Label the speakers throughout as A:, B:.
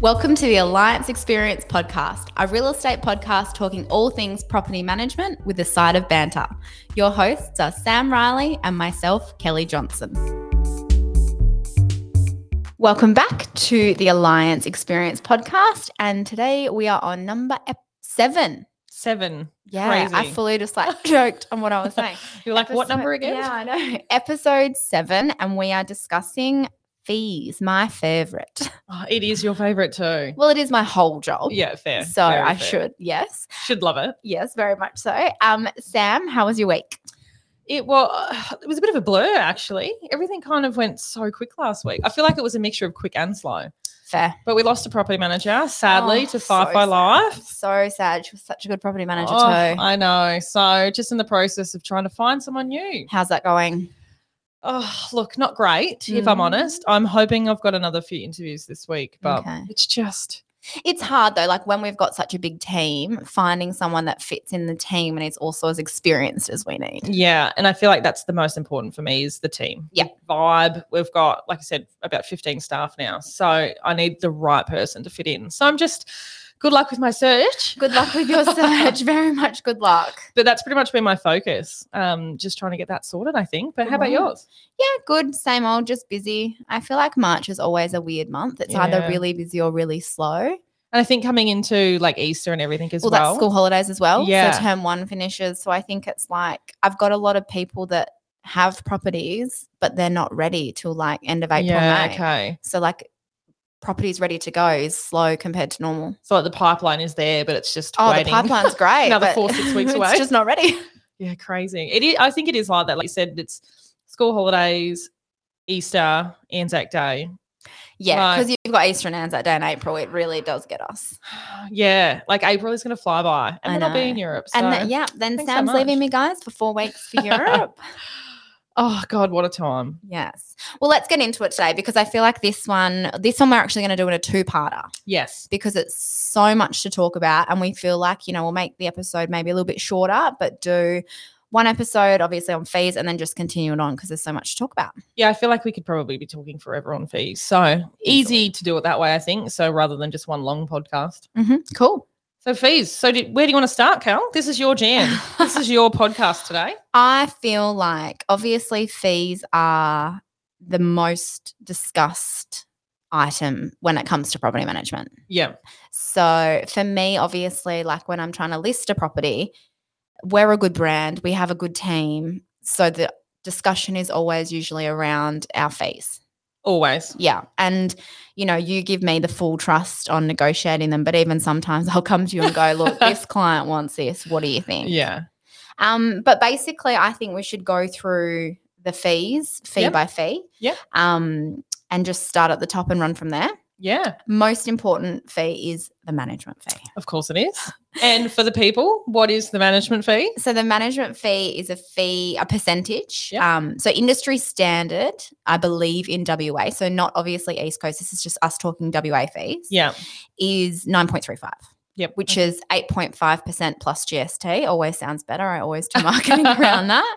A: Welcome to the Alliance Experience podcast, a real estate podcast talking all things property management with a side of banter. Your hosts are Sam Riley and myself, Kelly Johnson. Welcome back to the Alliance Experience podcast. And today we are on number ep- seven.
B: Seven.
A: Yeah, I
B: Crazy.
A: fully just like joked on what I was saying.
B: You're like, what
A: Episode-
B: number again?
A: Yeah, I know. Episode seven, and we are discussing fees, my favorite.
B: Oh, it is your favorite too.
A: Well, it is my whole job.
B: Yeah, fair.
A: So
B: very
A: I
B: fair.
A: should, yes,
B: should love it.
A: yes, very much so. Um, Sam, how was your week?
B: It well, uh, it was a bit of a blur actually. Everything kind of went so quick last week. I feel like it was a mixture of quick and slow.
A: Fair.
B: But we lost a property manager, sadly,
A: Oh,
B: to
A: so
B: Five by
A: sad.
B: Life.
A: So sad. She was such a good property manager
B: Oh,
A: too.
B: I know. So just in the process of trying to find someone new.
A: How's that going?
B: Oh, look, not great. If I'm
A: Mm.
B: honest, I'm hoping I've got another few interviews this week, but
A: Okay.
B: it's just
A: It's hard though. Like when we've got such a big team, finding someone that fits in the team and is also as experienced as we need.
B: Yeah, and I feel like that's the most important for me is the team.
A: Yeah.
B: Vibe. We've got, like I said, about 15 staff now. So I need the right person to fit in. So I'm just good luck with my search.
A: Good luck with your search. very much good luck.
B: But that's pretty much been my focus. Um, just trying to get that sorted, I think. But how about
A: Right.
B: yours?
A: Yeah, good. Same old, just busy. I feel like March is always a weird month. It's either
B: Yeah.
A: really busy or really slow.
B: And I think coming into like Easter and everything as
A: well,
B: well.
A: that's school holidays as well.
B: Yeah.
A: So term one finishes. So I think it's like I've got a lot of people that have properties, but they're not ready till like end of April,
B: yeah,
A: May.
B: okay.
A: So like properties ready to go is slow compared to normal.
B: So like the pipeline is there, but it's just
A: Oh,
B: waiting.
A: the pipeline's great.
B: Another
A: but
B: four, six weeks away.
A: It's just not ready.
B: Yeah, crazy. It is, I think it is like that. Like you said, it's school holidays, Easter, Anzac Day.
A: Yeah,
B: Like-
A: because you've got Easter and Anzac Day in April. It really does get us.
B: yeah, like April is going to fly by, and
A: I
B: then I'll be in
A: know.
B: Europe. So.
A: And then, yeah, then
B: thanks so
A: Sam's leaving
B: much.
A: me, guys, for four weeks for Europe.
B: oh God, what a time!
A: yes. Well, let's get into it today because I feel like this one, this one we're actually going to do in a two-parter.
B: Yes,
A: because it's so much to talk about and we feel like you know we'll make the episode maybe a little bit shorter but do one episode obviously on fees and then just continue it on because there's so much to talk about
B: yeah, I feel like we could probably be talking forever on fees. So easy to do it that way, I think. So rather than just one long podcast.
A: cool
B: So fees. So do, where do you want to start, Cal? This is your jam. this is your podcast today.
A: i feel like obviously fees are the most discussed item when it comes to property management
B: Yeah,
A: So for me, obviously, like when I'm trying to list a property, we're a good brand, we have a good team. So the discussion is always usually around our fees.
B: always.
A: Yeah. And, you know, you give me the full trust on negotiating them. But even sometimes I'll come to you and go, look, this client wants this. What do you think?
B: Yeah,
A: Um, but basically, I think we should go through the fees, fee
B: Yep.
A: by fee.
B: Yep.
A: Um, and just start at the top and run from there.
B: yeah.
A: Most important fee is the management fee.
B: Of course it is. and for the people, what is the management fee?
A: So the management fee is a fee, a percentage.
B: Yep.
A: Um, so industry standard, I believe in WA. So not obviously East Coast. This is just us talking WA fees.
B: Yeah.
A: Is nine point three five.
B: Yep.
A: Which is eight point five percent plus GST. Always sounds better. I always do marketing around that.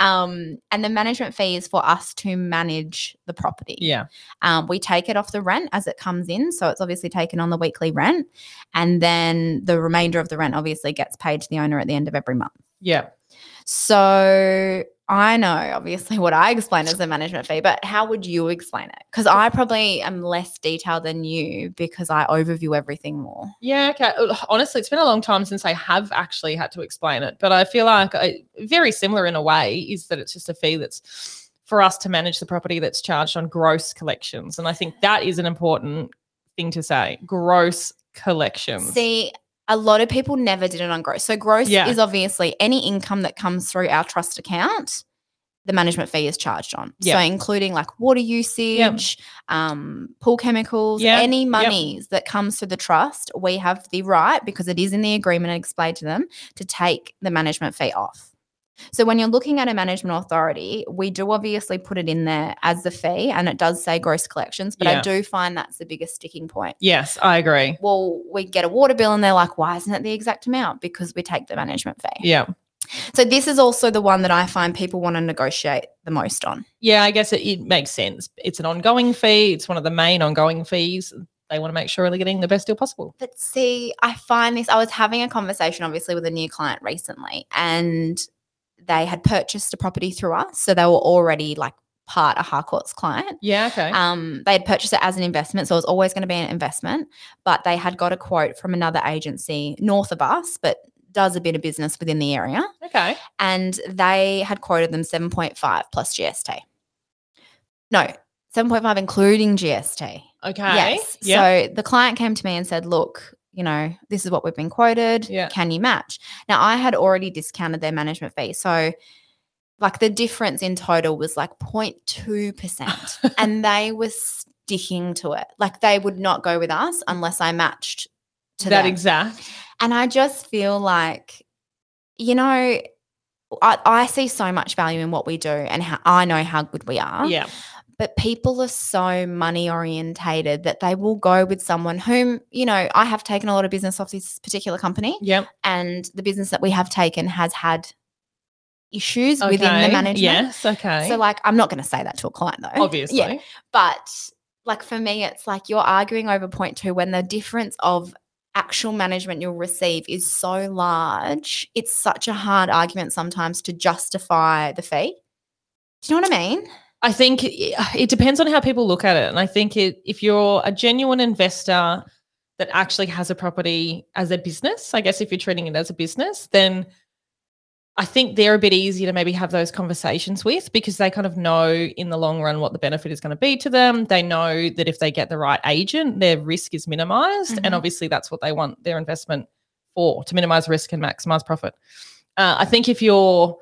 A: Um, and the management fee is for us to manage the property.
B: yeah.
A: Um, we take it off the rent as it comes in. So it's obviously taken on the weekly rent. And then the remainder of the rent obviously gets paid to the owner at the end of every month.
B: Yeah.
A: So I know obviously what I explain as a management fee, but how would you explain it? Because I probably am less detailed than you because I overview everything more.
B: Yeah, okay. Ugh, Honestly, it's been a long time since I have actually had to explain it, but I feel like I, very similar in a way is that it's just a fee that's for us to manage the property that's charged on gross collections. And I think that is an important thing to say gross collections.
A: See, a lot of people never did it on gross. So gross
B: Yeah.
A: is obviously any income that comes through our trust account. The management fee is charged on.
B: Yeah.
A: So including like water usage, um, pool chemicals,
B: Yeah.
A: any monies that comes through the trust, we have the right because it is in the agreement I explained to them to take the management fee off. So when you're looking at a management authority, we do obviously put it in there as the fee and it does say gross collections, but I
B: Yeah.
A: do find that's the biggest sticking point
B: yes, I agree.
A: well, we get a water bill and they're like, why isn't it the exact amount? Because we take the management fee.
B: Yeah.
A: So this is also the one that I find people want to negotiate the most on.
B: Yeah, I guess it, it makes sense. It's an ongoing fee, it's one of the main ongoing fees. they want to make sure they're getting the best deal possible.
A: But see, I find this. I was having a conversation, obviously, with a new client recently, and they had purchased a property through us. So they were already like part of Harcourt's client.
B: Yeah, okay.
A: Um, they had purchased it as an investment, so it was always going to be an investment. But they had got a quote from another agency north of us, but does a bit of business within the area,
B: okay.
A: and they had quoted them 7.5 plus GST. No, 7.5 including GST.
B: Okay.
A: Yes.
B: Yeah.
A: So the client came to me and said, look, you know, this is what we've been quoted.
B: Yeah.
A: Can you match? Now, I had already discounted their management fee. So, like, the difference in total was like 0.2%. and they were sticking to it. Like, they would not go with us unless I matched to
B: that
A: them.
B: exact.
A: and I just feel like, you know, I, I see so much value in what we do and how, I know how good we are
B: Yeah.
A: but people are so money orientated that they will go with someone whom you know i have taken a lot of business off this particular company
B: Yeah.
A: and the business that we have taken has had issues within the
B: Okay.
A: management
B: Yes. Okay.
A: so like i'm not going to say that to a client though
B: Obviously.
A: yeah but like for me it's like you're arguing over point two when the difference of actual management you'll receive is so large it's such a hard argument sometimes to justify the fee do you know what i mean
B: I think it, it depends on how people look at it. And I think it, if you're a genuine investor that actually has a property as a business, I guess if you're treating it as a business, then I think they're a bit easier to maybe have those conversations with because they kind of know in the long run what the benefit is going to be to them. They know that if they get the right agent, their risk is minimized.
A: Mhm.
B: And obviously, that's what they want their investment for to minimize risk and maximize profit. Uh, I think if you're,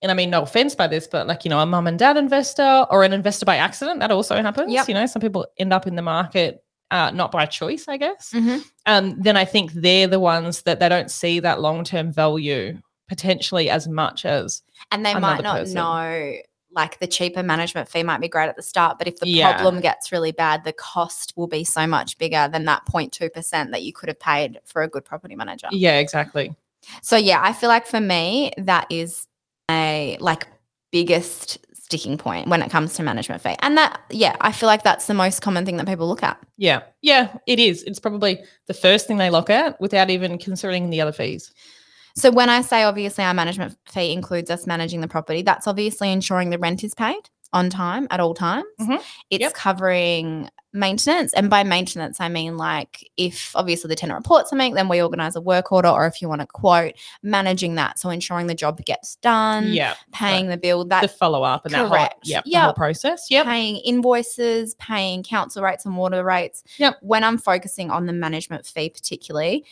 B: and I mean, no offense by this, but like, you know, a mum and dad investor or an investor by accident, that also happens.
A: Yep.
B: You know, some people end up in the market uh, not by choice, I guess
A: mm-hmm.
B: um, then I think they're the ones that they don't see that long term value potentially as much as
A: and they
B: another
A: might not
B: person.
A: know like the cheaper management fee might be great at the start but if the
B: Yeah.
A: problem gets really bad the cost will be so much bigger than that 0.2% that you could have paid for a good property manager
B: yeah exactly
A: so yeah i feel like for me that is a like biggest sticking point when it comes to management fee and that yeah i feel like that's the most common thing that people look at
B: yeah yeah it is it's probably the first thing they look at without even considering the other fees
A: so when i say obviously our management fee includes us managing the property that's obviously ensuring the rent is paid on time at all times
B: Mhm.
A: it's
B: Yep.
A: covering maintenance and by maintenance i mean like if obviously the tenant reports something then we organize a work order or if you want a quote managing that so ensuring the job gets done
B: yeah
A: paying the bill that
B: the follow up and that whole
A: correct.
B: yeah the whole
A: Yep.
B: process yep
A: paying invoices, paying council rates and water rates.
B: Yep.
A: When I'm focusing on the management fee, particularly,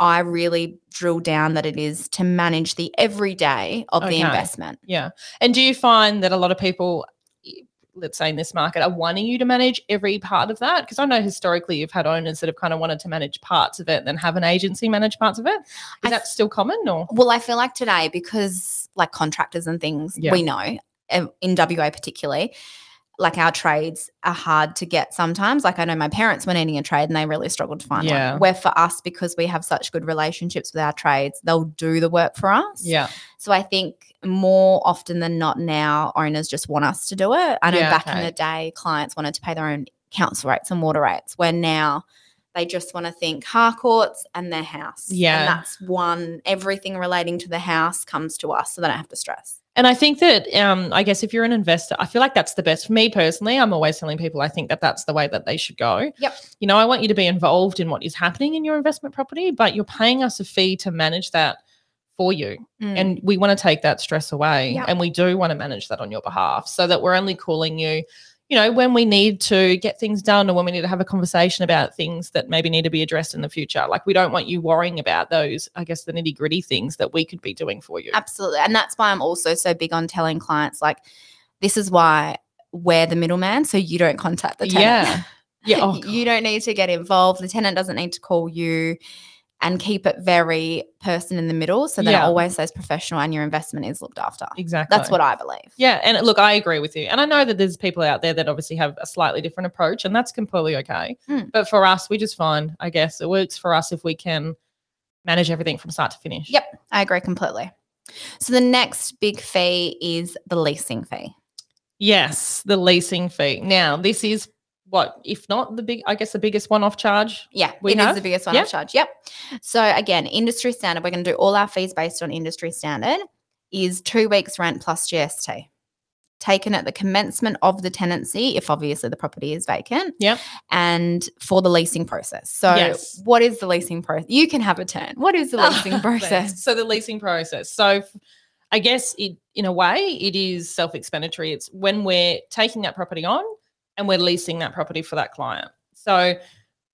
A: I really drill down that it is to manage the everyday of
B: Okay.
A: the investment.
B: yeah and do you find that a lot of people let's say in this market are wanting you to manage every part of that because I know historically you've had owners that have kind of wanted to manage parts of it and then have an agency manage parts of it is
A: I
B: that still common or
A: Well, I feel like today, because like contractors and things,
B: Yeah.
A: we know um, in WA particularly, like our trades are hard to get sometimes. Like I know my parents were needing a trade and they really struggled to find
B: Yeah.
A: one. Where for us, because we have such good relationships with our trades, they'll do the work for us.
B: yeah
A: So I think more often than not now, owners just want us to do it. I know
B: Yeah,
A: back in
B: okay.
A: the day, clients wanted to pay their own council rates and water rates, where now they just want to think Harcourts and their house.
B: Yeah.
A: And that's one, everything relating to the house comes to us. So they don't have to stress.
B: And I think that, um, I guess if you're an investor, I feel like that's the best. For me personally, I'm always telling people I think that that's the way that they should go.
A: Yep.
B: You know, I want you to be involved in what is happening in your investment property, but you're paying us a fee to manage that for you.
A: Mm.
B: And we want to take that stress away.
A: Yep.
B: And we do want to manage that on your behalf so that we're only calling you, you know, when we need to get things done or when we need to have a conversation about things that maybe need to be addressed in the future. Like we don't want you worrying about those, I guess, the nitty gritty things that we could be doing for you.
A: Absolutely. And that's why I'm also so big on telling clients, like, this is why we're the middleman. So you don't contact the tenant.
B: Yeah. Yeah. Oh,
A: you don't need to get involved. The tenant doesn't need to call you and keep it very person in the middle. So that it
B: Yeah.
A: always says professional and your investment is looked after.
B: Exactly.
A: That's what I believe.
B: Yeah, and uh, look, I agree with you. And I know that there's people out there that obviously have a slightly different approach, and that's completely okay.
A: Mm.
B: But for us, we just find, I guess, it works for us if we can manage everything from start to finish.
A: Yep. I agree completely. So the next big fee is the leasing fee.
B: Yes, the leasing fee. Now, this is what if not the big? I guess the biggest one-off charge.
A: Yeah,
B: We
A: it is
B: have?
A: the biggest one
B: Yeah.
A: I've charged. Yep. So again, industry standard, we're going to do all our fees based on industry standard is two weeks rent plus GST taken at the commencement of the tenancy if obviously the property is vacant
B: Yep.
A: and for the leasing process so
B: Yes. Oh,
A: what is the leasing process you can have a turn what is the leasing process
B: So the leasing process. So f- I guess it in a way it is self-explanatory. It's when we're taking that property on and we're leasing that property for that client. So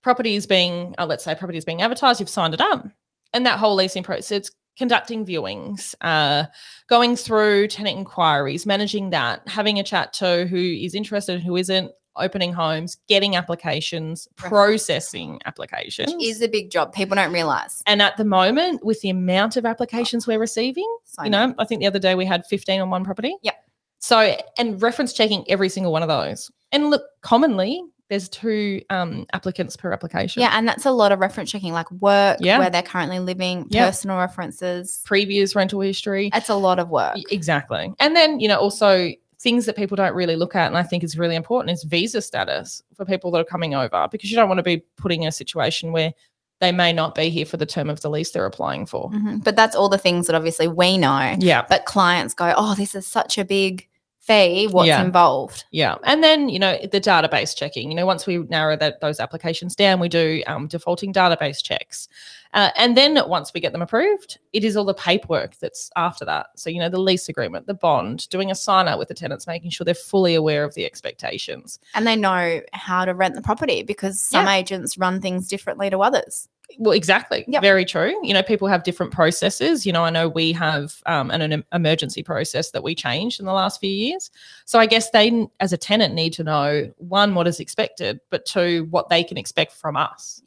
B: property is being, uh, let's say property is being advertised, you've signed it up. And that whole leasing process, it's conducting viewings, uh, going through tenant inquiries, managing that, having a chat to who is interested and who isn't, opening homes, getting applications,
A: Right.
B: processing applications.
A: which is a big job people don't realize
B: And at the moment, with the amount of applications we're receiving,
A: so
B: you know, I think the other day we had 15 on one property.
A: Yep.
B: So, and reference checking every single one of those. And look, commonly there's two um, applicants per application.
A: yeah and that's a lot of reference checking like work
B: Yeah.
A: where they're currently living
B: Yeah.
A: personal references
B: Previous rental history.
A: that's a lot of work
B: Y- Exactly. And then, you know, also things that people don't really look at and I think is really important is visa status for people that are coming over because you don't want to be putting in a situation where they may not be here for the term of the lease they're applying for.
A: Mhm. But that's all the things that obviously we know.
B: Yeah.
A: But clients go, oh, this is such a big fee. What's
B: Yeah.
A: involved?
B: Yeah, and then you know the database checking. You know, once we narrow that those applications down, we do um, defaulting database checks, uh, and then once we get them approved, it is all the paperwork that's after that. So you know, the lease agreement, the bond, doing a sign out with the tenants, making sure they're fully aware of the expectations.
A: And they know how to rent the property because some agents run things differently to others.
B: Well, exactly.
A: Yep.
B: Very true. You know, people have different processes. You know, I know we have um, an, an emergency process that we changed in the last few years. So I guess they, as a tenant, need to know one, what is expected, but two, what they can expect from us.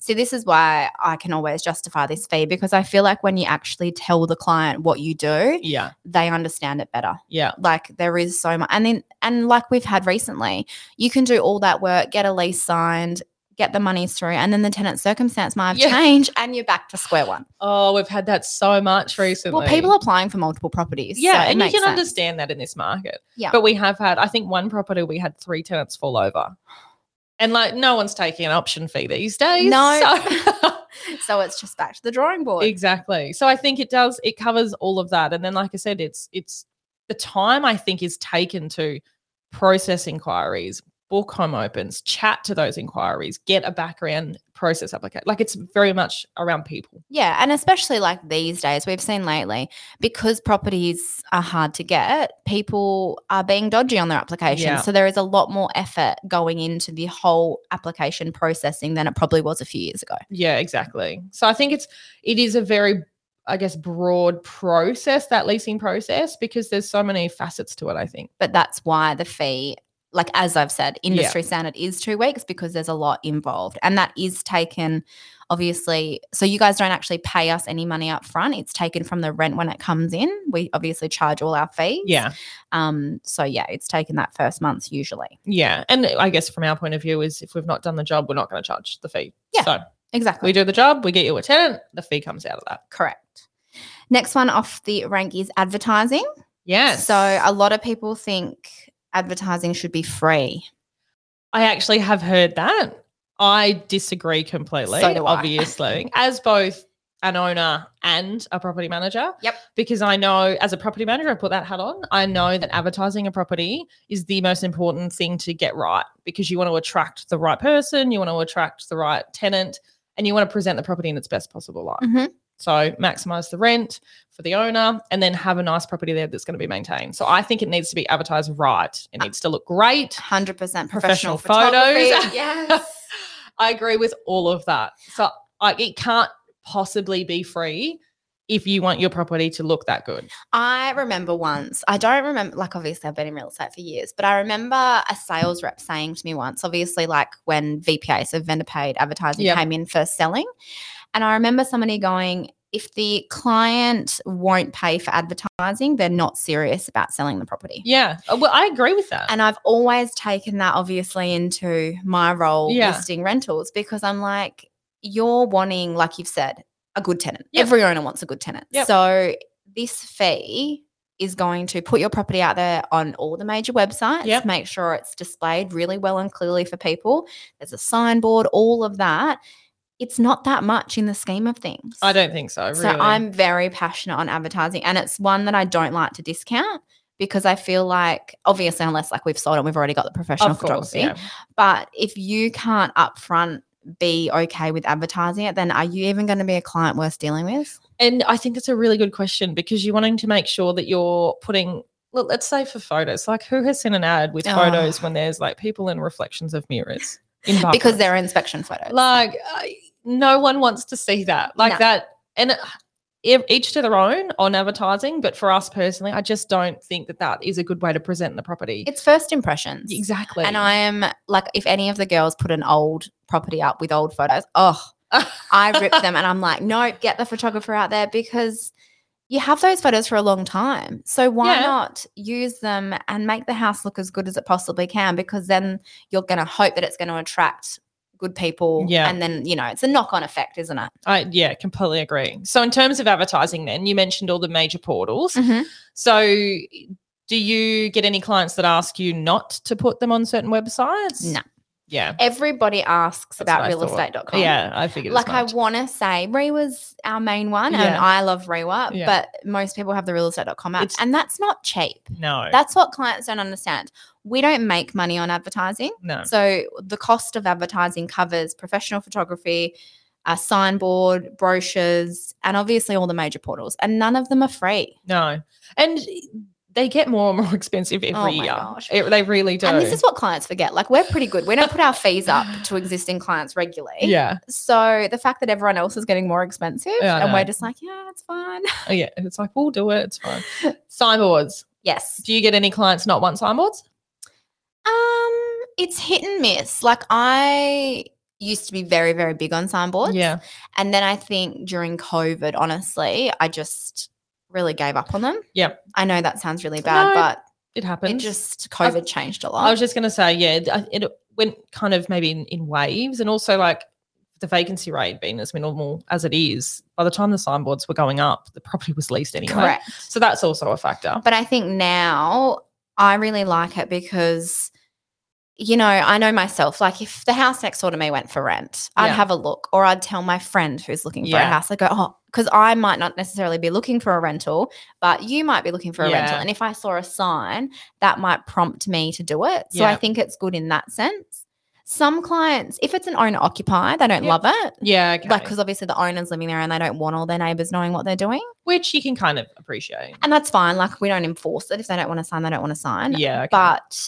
A: So, this is why I can always justify this fee because I feel like when you actually tell the client what you do,
B: Yeah.
A: they understand it better.
B: Yeah.
A: Like, there is so much. And then, and like we've had recently, you can do all that work, get a lease signed, get the money through, and then the tenant circumstance might have
B: Yeah.
A: changed and you're back to square one.
B: Oh, we've had that so much recently.
A: Well, people are applying for multiple properties.
B: yeah,
A: so it
B: and you
A: makes
B: can
A: sense.
B: understand that in this market.
A: Yeah.
B: But we have had, I think, one property we had three tenants fall over. And like no one's taking an option fee these days.
A: No.
B: so-
A: So it's just back to the drawing board.
B: exactly. So I think it does it covers all of that. And then like I said, it's it's the time I think is taken to process inquiries, book home opens, chat to those inquiries, get a background process application. Like it's very much around people.
A: yeah, and especially like these days we've seen lately because properties are hard to get, people are being dodgy on their applications.
B: Yeah.
A: So there is a lot more effort going into the whole application processing than it probably was a few years ago.
B: Yeah, exactly. So I think it's it is a very I guess broad process that leasing process because there's so many facets to it I think.
A: But that's why the fee like as I've said, industry standard is two weeks because there's a lot involved. And that is taken obviously so you guys don't actually pay us any money up front. It's taken from the rent when it comes in. We obviously charge all our fees.
B: Yeah.
A: Um, so yeah, it's taken that first month usually.
B: Yeah. And I guess from our point of view is if we've not done the job we're not going to charge the fee.
A: Yeah.
B: So
A: Exactly.
B: we do the job, we get you a tenant, the fee comes out of that.
A: Correct. Next one off the rank is advertising.
B: Yes.
A: So a lot of people think advertising should be free.
B: I actually have heard that. I disagree completely,
A: So do I.
B: obviously, as both an owner and a property manager.
A: Yep.
B: Because I know, as a property manager, I put that hat on. I know that advertising a property is the most important thing to get right because you want to attract the right person, you want to attract the right tenant, and you want to present the property in its best possible light.
A: Mhm.
B: So maximize the rent for the owner and then have a nice property there that's going to be maintained. So I think it needs to be advertised right. It needs to look great.
A: 100%
B: Professional
A: professional,
B: photos.
A: photography. yes.
B: I agree with all of that. So I, it can't possibly be free if you want your property to look that good.
A: I remember once, I don't remember, like, obviously, I've been in real estate for years, but I remember a sales rep saying to me once, obviously, like when VPA, so vendor paid advertising,
B: Yep.
A: came in for selling. And I remember somebody going, if the client won't pay for advertising, they're not serious about selling the property.
B: Yeah. Uh, Well, I agree with that.
A: And I've always taken that obviously into my role
B: Yeah.
A: listing rentals because I'm like, you're wanting, like you've said, a good tenant.
B: Yep.
A: Every owner wants a good tenant.
B: Yep.
A: So this fee is going to put your property out there on all the major websites.
B: Yep.
A: Make sure it's displayed really well and clearly for people. There's a signboard, all of that. It's not that much in the scheme of things.
B: I don't think so. Really.
A: So I'm very passionate on advertising, and it's one that I don't like to discount because I feel like, obviously, unless like we've sold and we've already got the professional
B: of course.
A: photography.
B: Yeah.
A: But if you can't upfront be okay with advertising it, then are you even going to be a client worth dealing with?
B: And I think it's a really good question because you're wanting to make sure that you're putting, let- let's say for photos, like who has seen an ad with
A: Oh.
B: photos when there's like people in reflections of mirrors? In
A: Because
B: bathrooms?
A: they're inspection photos.
B: like, I, no one wants to see that. Like
A: No.
B: that. And uh, ev- each to their own on advertising. But for us personally, I just don't think that that is a good way to present the property.
A: it's first impressions.
B: exactly.
A: And I am like, if any of the girls put an old property up with old photos, oh, I rip them. And I'm like, no, get the photographer out there because you have those photos for a long time. So why
B: Yeah.
A: not use them and make the house look as good as it possibly can? Because then you're going to hope that it's going to attract good people.
B: Yeah.
A: And then, you know, it's a knock on effect, isn't it?
B: I yeah, completely agree. So in terms of advertising, then you mentioned all the major portals.
A: Mm-hmm.
B: So do you get any clients that ask you not to put them on certain websites?
A: No.
B: Yeah.
A: Everybody asks
B: that's
A: about
B: what I thought.
A: realestate.com.
B: Yeah, I figured.
A: Like I
B: as much.
A: want to say Rewa's our main one and
B: Yeah.
A: I love Rewa,
B: Yeah.
A: but most people have the realestate.com app
B: It's-
A: and that's not cheap.
B: no,
A: That's what clients don't understand. We don't make money on advertising.
B: no.
A: So the cost of advertising covers professional photography, a signboard, brochures, and obviously all the major portals. And none of them are free.
B: No. And they get more and more expensive every
A: Oh my
B: year.
A: gosh.
B: It- they really do.
A: And this is what clients forget. Like we're pretty good. We don't put our fees up to existing clients regularly.
B: yeah.
A: So the fact that everyone else is getting more expensive
B: Yeah, I
A: and
B: know.
A: we're just like, yeah, it's fine.
B: Oh, Yeah. It's like, we'll do it. It's fine. Signboards.
A: yes.
B: Do you get any clients not want signboards?
A: Um, it's hit and miss. Like I used to be very, very big on signboards.
B: Yeah.
A: And then I think during COVID, honestly, I just really gave up on them.
B: Yep.
A: I know that sounds really bad,
B: No,
A: but
B: It happens.
A: it just COVID changed a lot.
B: I was just going to say, yeah, it- I- it went kind of maybe in, in waves, and also like the vacancy rate being as minimal as it is. By the time the signboards were going up, the property was leased anyway.
A: correct.
B: So that's also a factor.
A: But I think now I really like it because you know, I know myself. Like, if the house next door to me went for rent, I'd
B: Yeah.
A: have a look, or I'd tell my friend who's looking for a
B: Yeah.
A: house. I go, oh, because I might not necessarily be looking for a rental, but you might be looking for a rental.
B: Yeah.
A: And if I saw a sign, that might prompt me to do it. So I
B: Yeah.
A: think it's good in that sense. Some clients, if it's an owner occupied, they don't
B: Yeah.
A: love it.
B: Yeah, okay.
A: Like, because obviously the owner's living there and they don't want all their neighbors knowing what they're doing.
B: which you can kind of appreciate.
A: And that's fine. Like, we don't enforce it. If they don't want to sign, they don't want to sign.
B: Yeah, okay.
A: But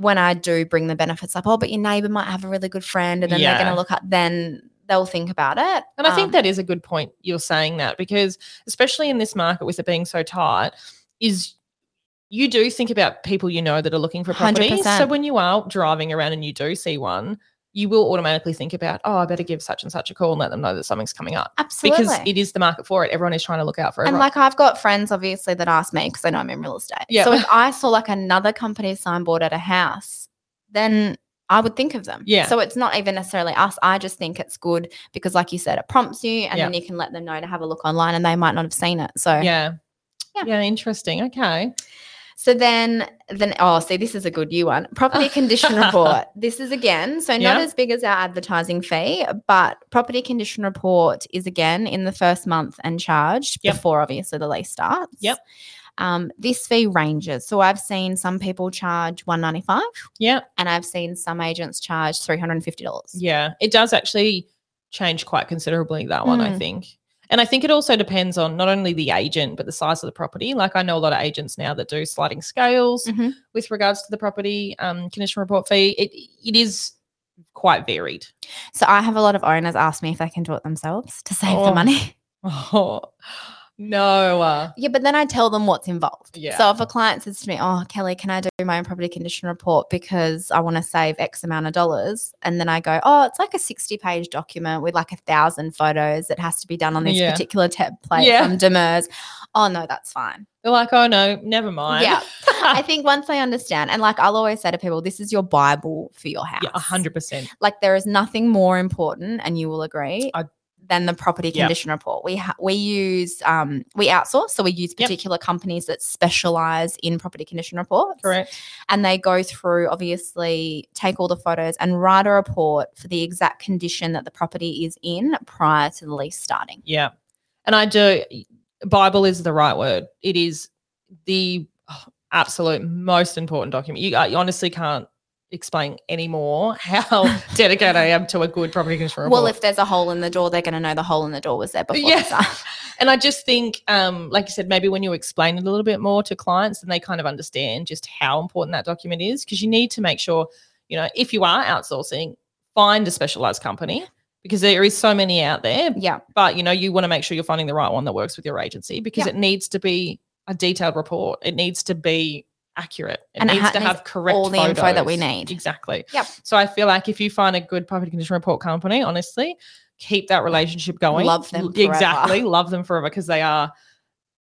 A: when I do bring the benefits up, oh, but your neighbor might have a really good friend, and then they're going
B: Yeah.
A: to look at, then they'll think about it.
B: And I think
A: Um,
B: that is a good point you're saying that because, especially in this market with it being so tight, is you do think about people you know that are looking for properties. So
A: 100%.
B: when you are driving around and you do see one, you will automatically think about, oh, I better give such and such a call and let them know that something's coming up
A: Um, absolutely.
B: because it is the market for it. Everyone is trying to look out for
A: and
B: everyone.
A: like I've got friends obviously that ask me because they know I'm in real estate.
B: Yeah.
A: So if I saw like another company's signboard at a house, then I would think of them.
B: Yeah.
A: So it's not even necessarily us. I just think it's good because, like you said, it prompts you, and
B: Yeah.
A: then you can let them know to have a look online, and they might not have seen it. So
B: yeah.
A: Yeah.
B: yeah. interesting. Okay.
A: So then, then oh, see, this is a good you one. Property condition report. This is again, so not
B: Yeah.
A: as big as our advertising fee, but property condition report is again in the first month and charged
B: Yep.
A: before obviously the lease starts.
B: Yep.
A: Um, this fee ranges. So I've seen some people charge one ninety five,
B: Yeah.
A: and I've seen some agents charge three hundred and fifty dollars.
B: Yeah, it does actually change quite considerably, that one, I
A: Mm.
B: think. And I think it also depends on not only the agent, but the size of the property. Like I know a lot of agents now that do sliding scales
A: Mhm.
B: with regards to the property um, condition report fee. It it is quite varied.
A: So I have a lot of owners ask me if they can do it themselves to save the
B: Oh.
A: money.
B: Oh no. uh,
A: Yeah, but then I tell them what's involved.
B: Yeah.
A: So if a client says to me, "Oh, Kelly, can I do my own property condition report because I want to save X amount of dollars?" and then I go, "Oh, it's like a sixty-page document with like a thousand photos. It has to be done on this
B: Yeah.
A: particular template
B: Yeah.
A: from Demers." Oh no, that's fine.
B: They're like, oh no, never mind.
A: Yeah, I think once they understand, and like I'll always say to people, this is your bible for your house.
B: yeah, hundred percent.
A: Like there is nothing more important, and you will agree
B: I
A: than the property
B: Yep.
A: condition report. We ha- we use um, we outsource, so we use
B: Yep.
A: particular companies that specialize in property condition reports,
B: Correct.
A: and they go through obviously take all the photos and write a report for the exact condition that the property is in prior to the lease starting.
B: Yeah. And I do, Bible is the right word. It is the oh, absolute most important document. You, I honestly can't explain anymore how dedicated I am to a good property control report.
A: Well, if there's a hole in the door, they're going to know the hole in the door was there before.
B: Yeah.
A: the start.
B: And I just think, um, like you said, maybe when you explain it a little bit more to clients, then they kind of understand just how important that document is because you need to make sure, you know, if you are outsourcing, find a specialized company because there is so many out there.
A: yeah,
B: But you know, you want to make sure you're finding the right one that works with your agency because it needs to be a detailed report. It needs to be accurate. It
A: And it
B: needs
A: ha-
B: to
A: needs
B: have correct
A: all the info that we
B: photos.
A: need.
B: Exactly.
A: Yep.
B: So I feel like if you find a good property condition report company, honestly, keep that relationship going.
A: Love them
B: L- Exactly.
A: forever.
B: Love them forever because they are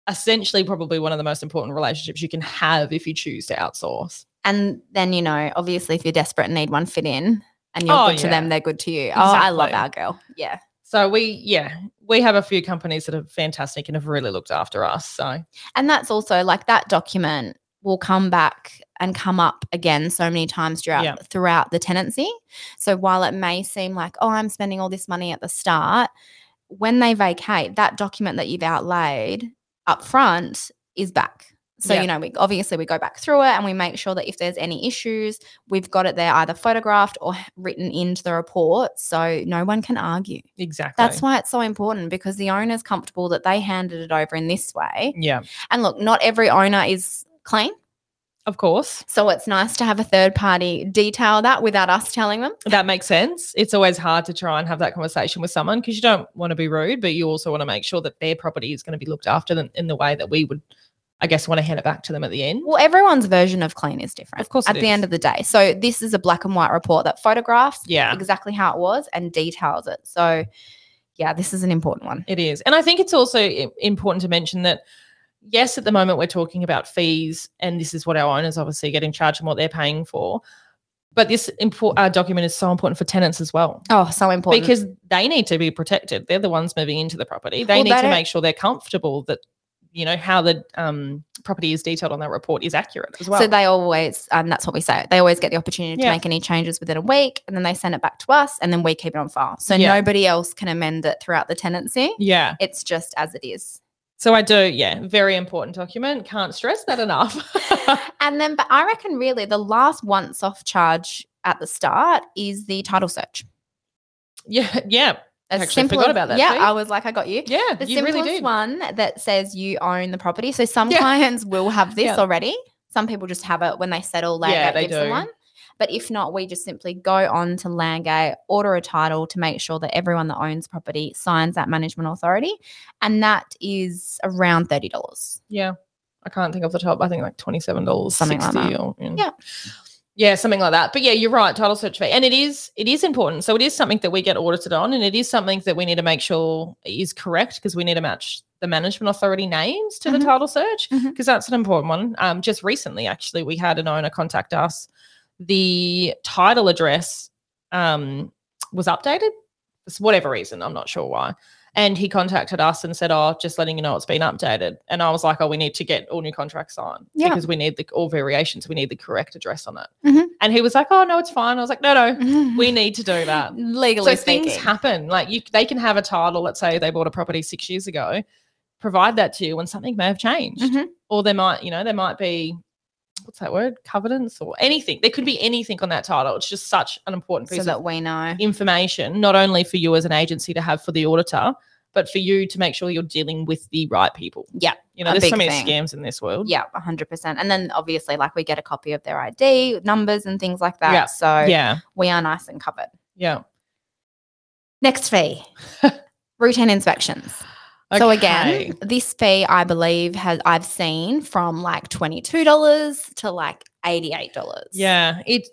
B: essentially probably one of the most important relationships you can have if you choose to outsource.
A: and then you know, obviously, if you're desperate and need one fit in, and you're
B: Oh,
A: good to
B: yeah.
A: them, they're good to you. Oh, I love
B: Exactly.
A: our girl. Yeah,
B: So we, yeah, we have a few companies that are fantastic and have really looked after us. So
A: and that's also like that document will come back and come up again so many times throughout
B: Yeah.
A: throughout the tenancy. So while it may seem like oh, I'm spending all this money at the start, when they vacate, that document that you've outlaid up front is back. So,
B: Yeah.
A: you know, we obviously we go back through it and we make sure that if there's any issues, we've got it there either photographed or h- written into the report. So no one can argue.
B: exactly.
A: That's why it's so important because the owner's comfortable that they handed it over in this way.
B: yeah,
A: And look, not every owner is clean.
B: of course.
A: So it's nice to have a third party detail that without us telling them.
B: That makes sense. It's always hard to try and have that conversation with someone because you don't want to be rude, but you also want to make sure that their property is going to be looked after in- in the way that we would, I guess, want to hand it back to them at the end.
A: Well, everyone's version of clean is different.
B: Of course
A: At
B: it
A: the end
B: is.
A: of the day. So this is a black and white report that photographs
B: Yeah.
A: exactly how it was and details it. So, yeah, this is an important one.
B: It is. And I think it's also i- important to mention that, yes, at the moment we're talking about fees, and this is what our owners obviously are getting charged and what they're paying for. But this import, uh, document is so important for tenants as well
A: Oh, so important.
B: because they need to be protected. They're the ones moving into the property. They
A: Well,
B: need
A: they
B: to
A: don't-
B: make sure they're comfortable that, you know, how the um, property is detailed on that report is accurate as well.
A: so they always, and that's what we say, they always get the opportunity
B: Yeah.
A: to make any changes within a week and then they send it back to us and then we keep it on file. So
B: Yeah.
A: nobody else can amend it throughout the tenancy.
B: yeah.
A: It's just as it is.
B: So I do. Yeah. Very important document. Can't stress that enough.
A: And then, but I reckon really the last once off charge at the start is the title search.
B: yeah. Yeah.
A: As
B: Actually, forgot
A: as-
B: about that,
A: Yeah,
B: see?
A: I was like, I got you.
B: Yeah.
A: The
B: you
A: simplest
B: really do.
A: one that says you own the property. So some
B: Yeah.
A: clients will have this
B: Yeah.
A: already. Some people just have it when they settle Landgate
B: Yeah, they
A: gives them
B: do.
A: one. But if not, we just simply go on to Landgate, order a title to make sure that everyone that owns property signs that management authority. And that is around $30.
B: Yeah. I can't think off the top. I think like twenty-seven dollars,
A: Something like that.
B: Or, yeah.
A: Yeah.
B: Yeah, something like that. But yeah, you're right. Title search fee, and it is it is important. So it is something that we get audited on, and it is something that we need to make sure is correct because we need to match the management authority names to
A: Mhm.
B: the title search because
A: Mhm.
B: that's an important one. Um, just recently, actually, we had an owner contact us. The title address um, was updated for whatever reason. I'm not sure why. And he contacted us and said, "Oh, just letting you know it's been updated." And I was like, "Oh, we need to get all new contracts signed
A: Yeah.
B: because we need the all variations. We need the correct address on it."
A: Mhm.
B: And he was like, "Oh no, it's fine." I was like, "No, no, we need to do that."
A: Mm-hmm. legally
B: so
A: speaking.
B: things happen. Like you, they can have a title. Let's say they bought a property six years ago. Provide that to you when something may have changed,
A: Mhm.
B: or there might, you know, there might be what's that word, covenants or anything. There could be anything on that title. It's just such an important piece
A: So
B: of
A: that we know.
B: information, not only for you as an agency to have for the auditor, but for you to make sure you're dealing with the right people.
A: Yeah,
B: You know,
A: a
B: there's so
A: big
B: many
A: thing.
B: scams in this world.
A: Yeah, 100%. And then obviously, like, we get a copy of their ID, numbers, and things like that.
B: Yeah.
A: So
B: Yeah.
A: we are nice and covered.
B: Yeah.
A: Next fee routine inspections. So again,
B: Okay.
A: this fee I believe has I've seen from like $22 to like $88.
B: Yeah. It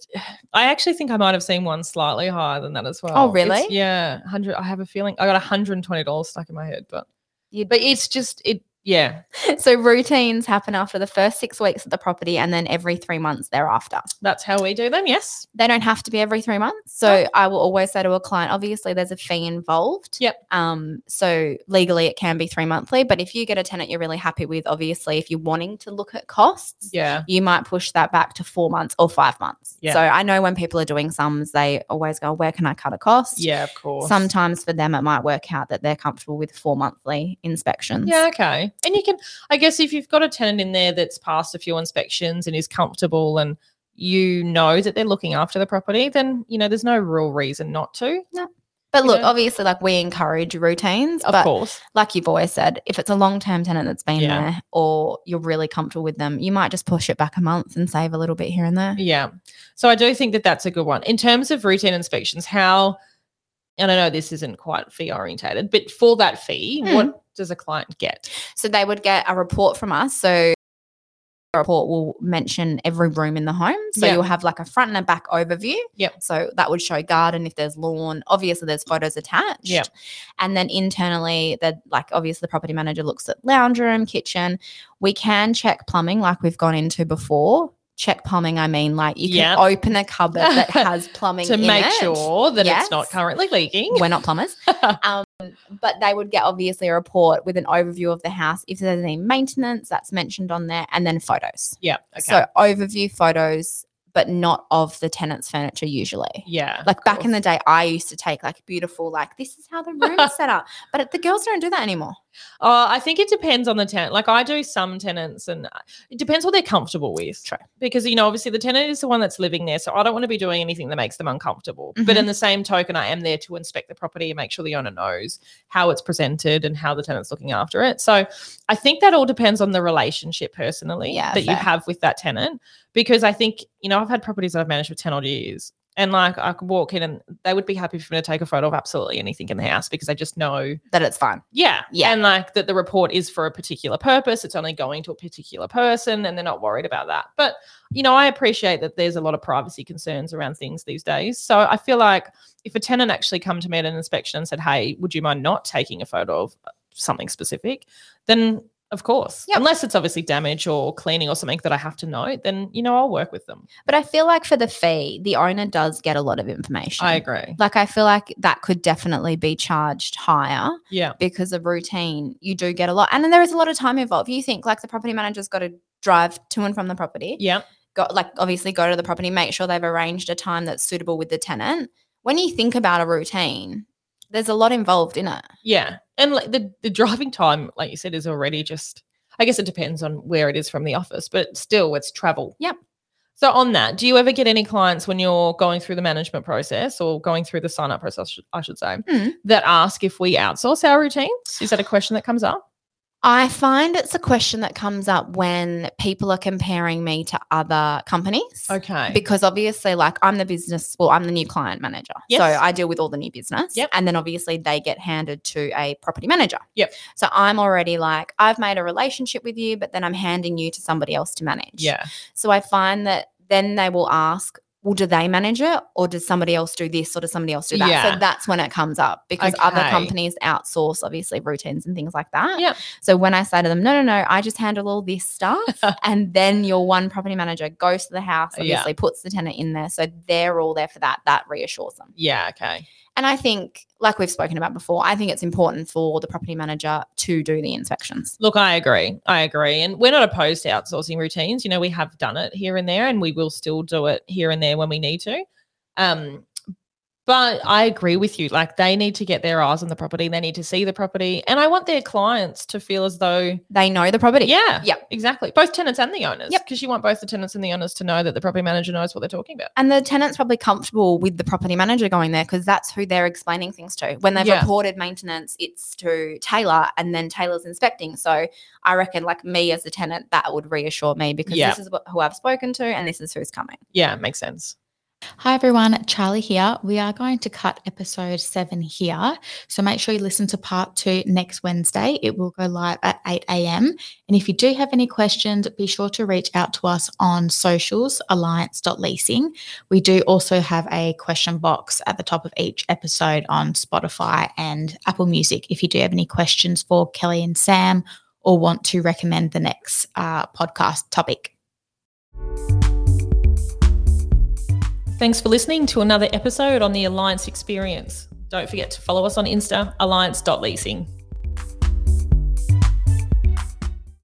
B: I actually think I might have seen one slightly higher than that as well.
A: Oh, really?
B: It's, yeah. Hundred I have a feeling I got hundred and twenty dollars stuck in my head, but
A: You'd-
B: but it's just it Yeah.
A: So routines happen after the first six weeks of the property and then every three months thereafter.
B: That's how we do them. Yes.
A: They don't have to be every three months.
B: Oh.
A: So I will always say to a client, obviously there's a fee involved.
B: Yep.
A: Um, so legally it can be three monthly, but if you get a tenant you're really happy with, obviously if you're wanting to look at costs,
B: Yeah.
A: you might push that back to four months or five months.
B: Yeah.
A: So I know when people are doing sums, they always go, where can I cut a cost?
B: Yeah, of course.
A: Sometimes for them, it might work out that they're comfortable with four monthly inspections.
B: Yeah, okay. And you can, I guess, if you've got a tenant in there that's passed a few inspections and is comfortable and you know that they're looking after the property, then, you know, there's no real reason not to.
A: But look,
B: Yeah.
A: obviously, like we encourage routines,
B: Of
A: but
B: course.
A: like you've always said, if it's a long term tenant that's been
B: Yeah.
A: there or you're really comfortable with them, you might just push it back a month and save a little bit here and there.
B: Yeah. So I do think that that's a good one. In terms of routine inspections, how, and I know this isn't quite fee orientated, but for that fee,
A: Hmm.
B: what does a client get?
A: So they would get a report from us. So the report will mention every room in the home. So
B: Yeah.
A: you'll have like a front and a back overview.
B: Yep.
A: So that would show garden if there's lawn. Obviously there's photos attached.
B: Yep.
A: And then internally that like obviously the property manager looks at lounge room, kitchen. We can check plumbing like we've gone into before. Check plumbing, I mean like you can
B: Yep.
A: open a cupboard that has plumbing
B: To
A: in
B: make
A: it.
B: sure that it's not
A: Yes.
B: currently leaking.
A: We're not plumbers. um, but they would get obviously a report with an overview of the house. If there's any maintenance, that's mentioned on there, and then photos.
B: Yeah. Okay.
A: So overview photos, but not of the tenant's furniture usually.
B: yeah.
A: Like back in
B: course.
A: the day, I used to take like beautiful, like this is how the room's set up. But it- the girls don't do that anymore.
B: Uh, I think it depends on the tenant. Like I do some tenants, and uh, it depends what they're comfortable with.
A: True.
B: Because you know, obviously, the tenant is the one that's living there, so I don't want to be doing anything that makes them uncomfortable.
A: Mhm.
B: But in the same token, I am there to inspect the property and make sure the owner knows how it's presented and how the tenant's looking after it. So I think that all depends on the relationship personally
A: Yeah,
B: that you
A: fair.
B: have with that tenant. Because I think you know, I've had properties that I've managed for ten odd years. And like I could walk in and they would be happy for me to take a photo of absolutely anything in the house because they just know
A: That it's fine.
B: yeah.
A: Yeah.
B: And like that the report is for a particular purpose. It's only going to a particular person and they're not worried about that. But, you know, I appreciate that there's a lot of privacy concerns around things these days. So I feel like if a tenant actually come to me at an inspection and said, Hey, would you mind not taking a photo of uh, something specific? Then of course.
A: Yep.
B: Unless it's obviously damage or cleaning or something that I have to note, then you know I'll work with them.
A: But I feel like for the fee, the owner does get a lot of information.
B: I agree.
A: Like I feel like that could definitely be charged higher.
B: Yeah.
A: because of routine, you do get a lot. And then there is a lot of time involved. You think like the property manager's got to drive to and from the property,
B: Yeah.
A: got like obviously go to the property, make sure they've arranged a time that's suitable with the tenant. When you think about a routine, there's a lot involved in it.
B: Yeah. And like the, the driving time, like you said, is already just I guess it depends on where it is from the office, but still it's travel.
A: Yep.
B: So on that, do you ever get any clients when you're going through the management process or going through the sign up process, I should- I should say,
A: Mm.
B: that ask if we outsource our routines? Is that a question that comes up?
A: I find it's a question that comes up when people are comparing me to other companies.
B: Okay.
A: Because obviously, like I'm the business, well, I'm the new client manager.
B: Yes.
A: So I deal with all the new business.
B: Yep.
A: And then obviously they get handed to a property manager.
B: Yep.
A: So I'm already like, I've made a relationship with you, but then I'm handing you to somebody else to manage.
B: yeah.
A: So I find that then they will ask, well, do they manage it or does somebody else do this or does somebody else do that?
B: Yeah.
A: So that's when it comes up because
B: Okay.
A: other companies outsource, obviously, routines and things like that.
B: Yep.
A: So when I say to them, no, no, no, I just handle all this stuff. and then your one property manager goes to the house,
B: Yeah.
A: obviously puts the tenant in there. So they're all there for that. That reassures them.
B: Yeah. Okay.
A: And I think, like we've spoken about before, I think it's important for the property manager to do the inspections.
B: Look, I agree. I agree. And we're not opposed to outsourcing routines. You know, we have done it here and there, and we will still do it here and there when we need to. Um, but I agree with you. Like, they need to get their eyes on the property, they need to see the property. And I want their clients to feel as though,
A: They know the property.
B: yeah,
A: Yeah.
B: exactly. Both tenants and the owners.
A: Yep.
B: Because you want both the tenants and the owners to know that the property manager knows what they're talking about.
A: And the tenant's probably comfortable with the property manager going there because that's who they're explaining things to. When they've
B: Yeah.
A: reported maintenance, it's to Taylor and then Taylor's inspecting. So I reckon, like me as the tenant, that would reassure me because
B: Yeah.
A: this is what, who I've spoken to and this is who's coming.
B: Yeah, makes sense.
C: Hi everyone, Charlie here. We are going to cut episode seven here. So make sure you listen to part two next Wednesday. It will go live at 8 a.m. And if you do have any questions, be sure to reach out to us on socials, alliance.leasing. We do also have a question box at the top of each episode on Spotify and Apple Music if you do have any questions for Kelly and Sam
A: or want to recommend the next uh, podcast topic.
B: Thanks for listening to another episode on the Alliance Experience. Don't forget to follow us on Insta, alliance.leasing.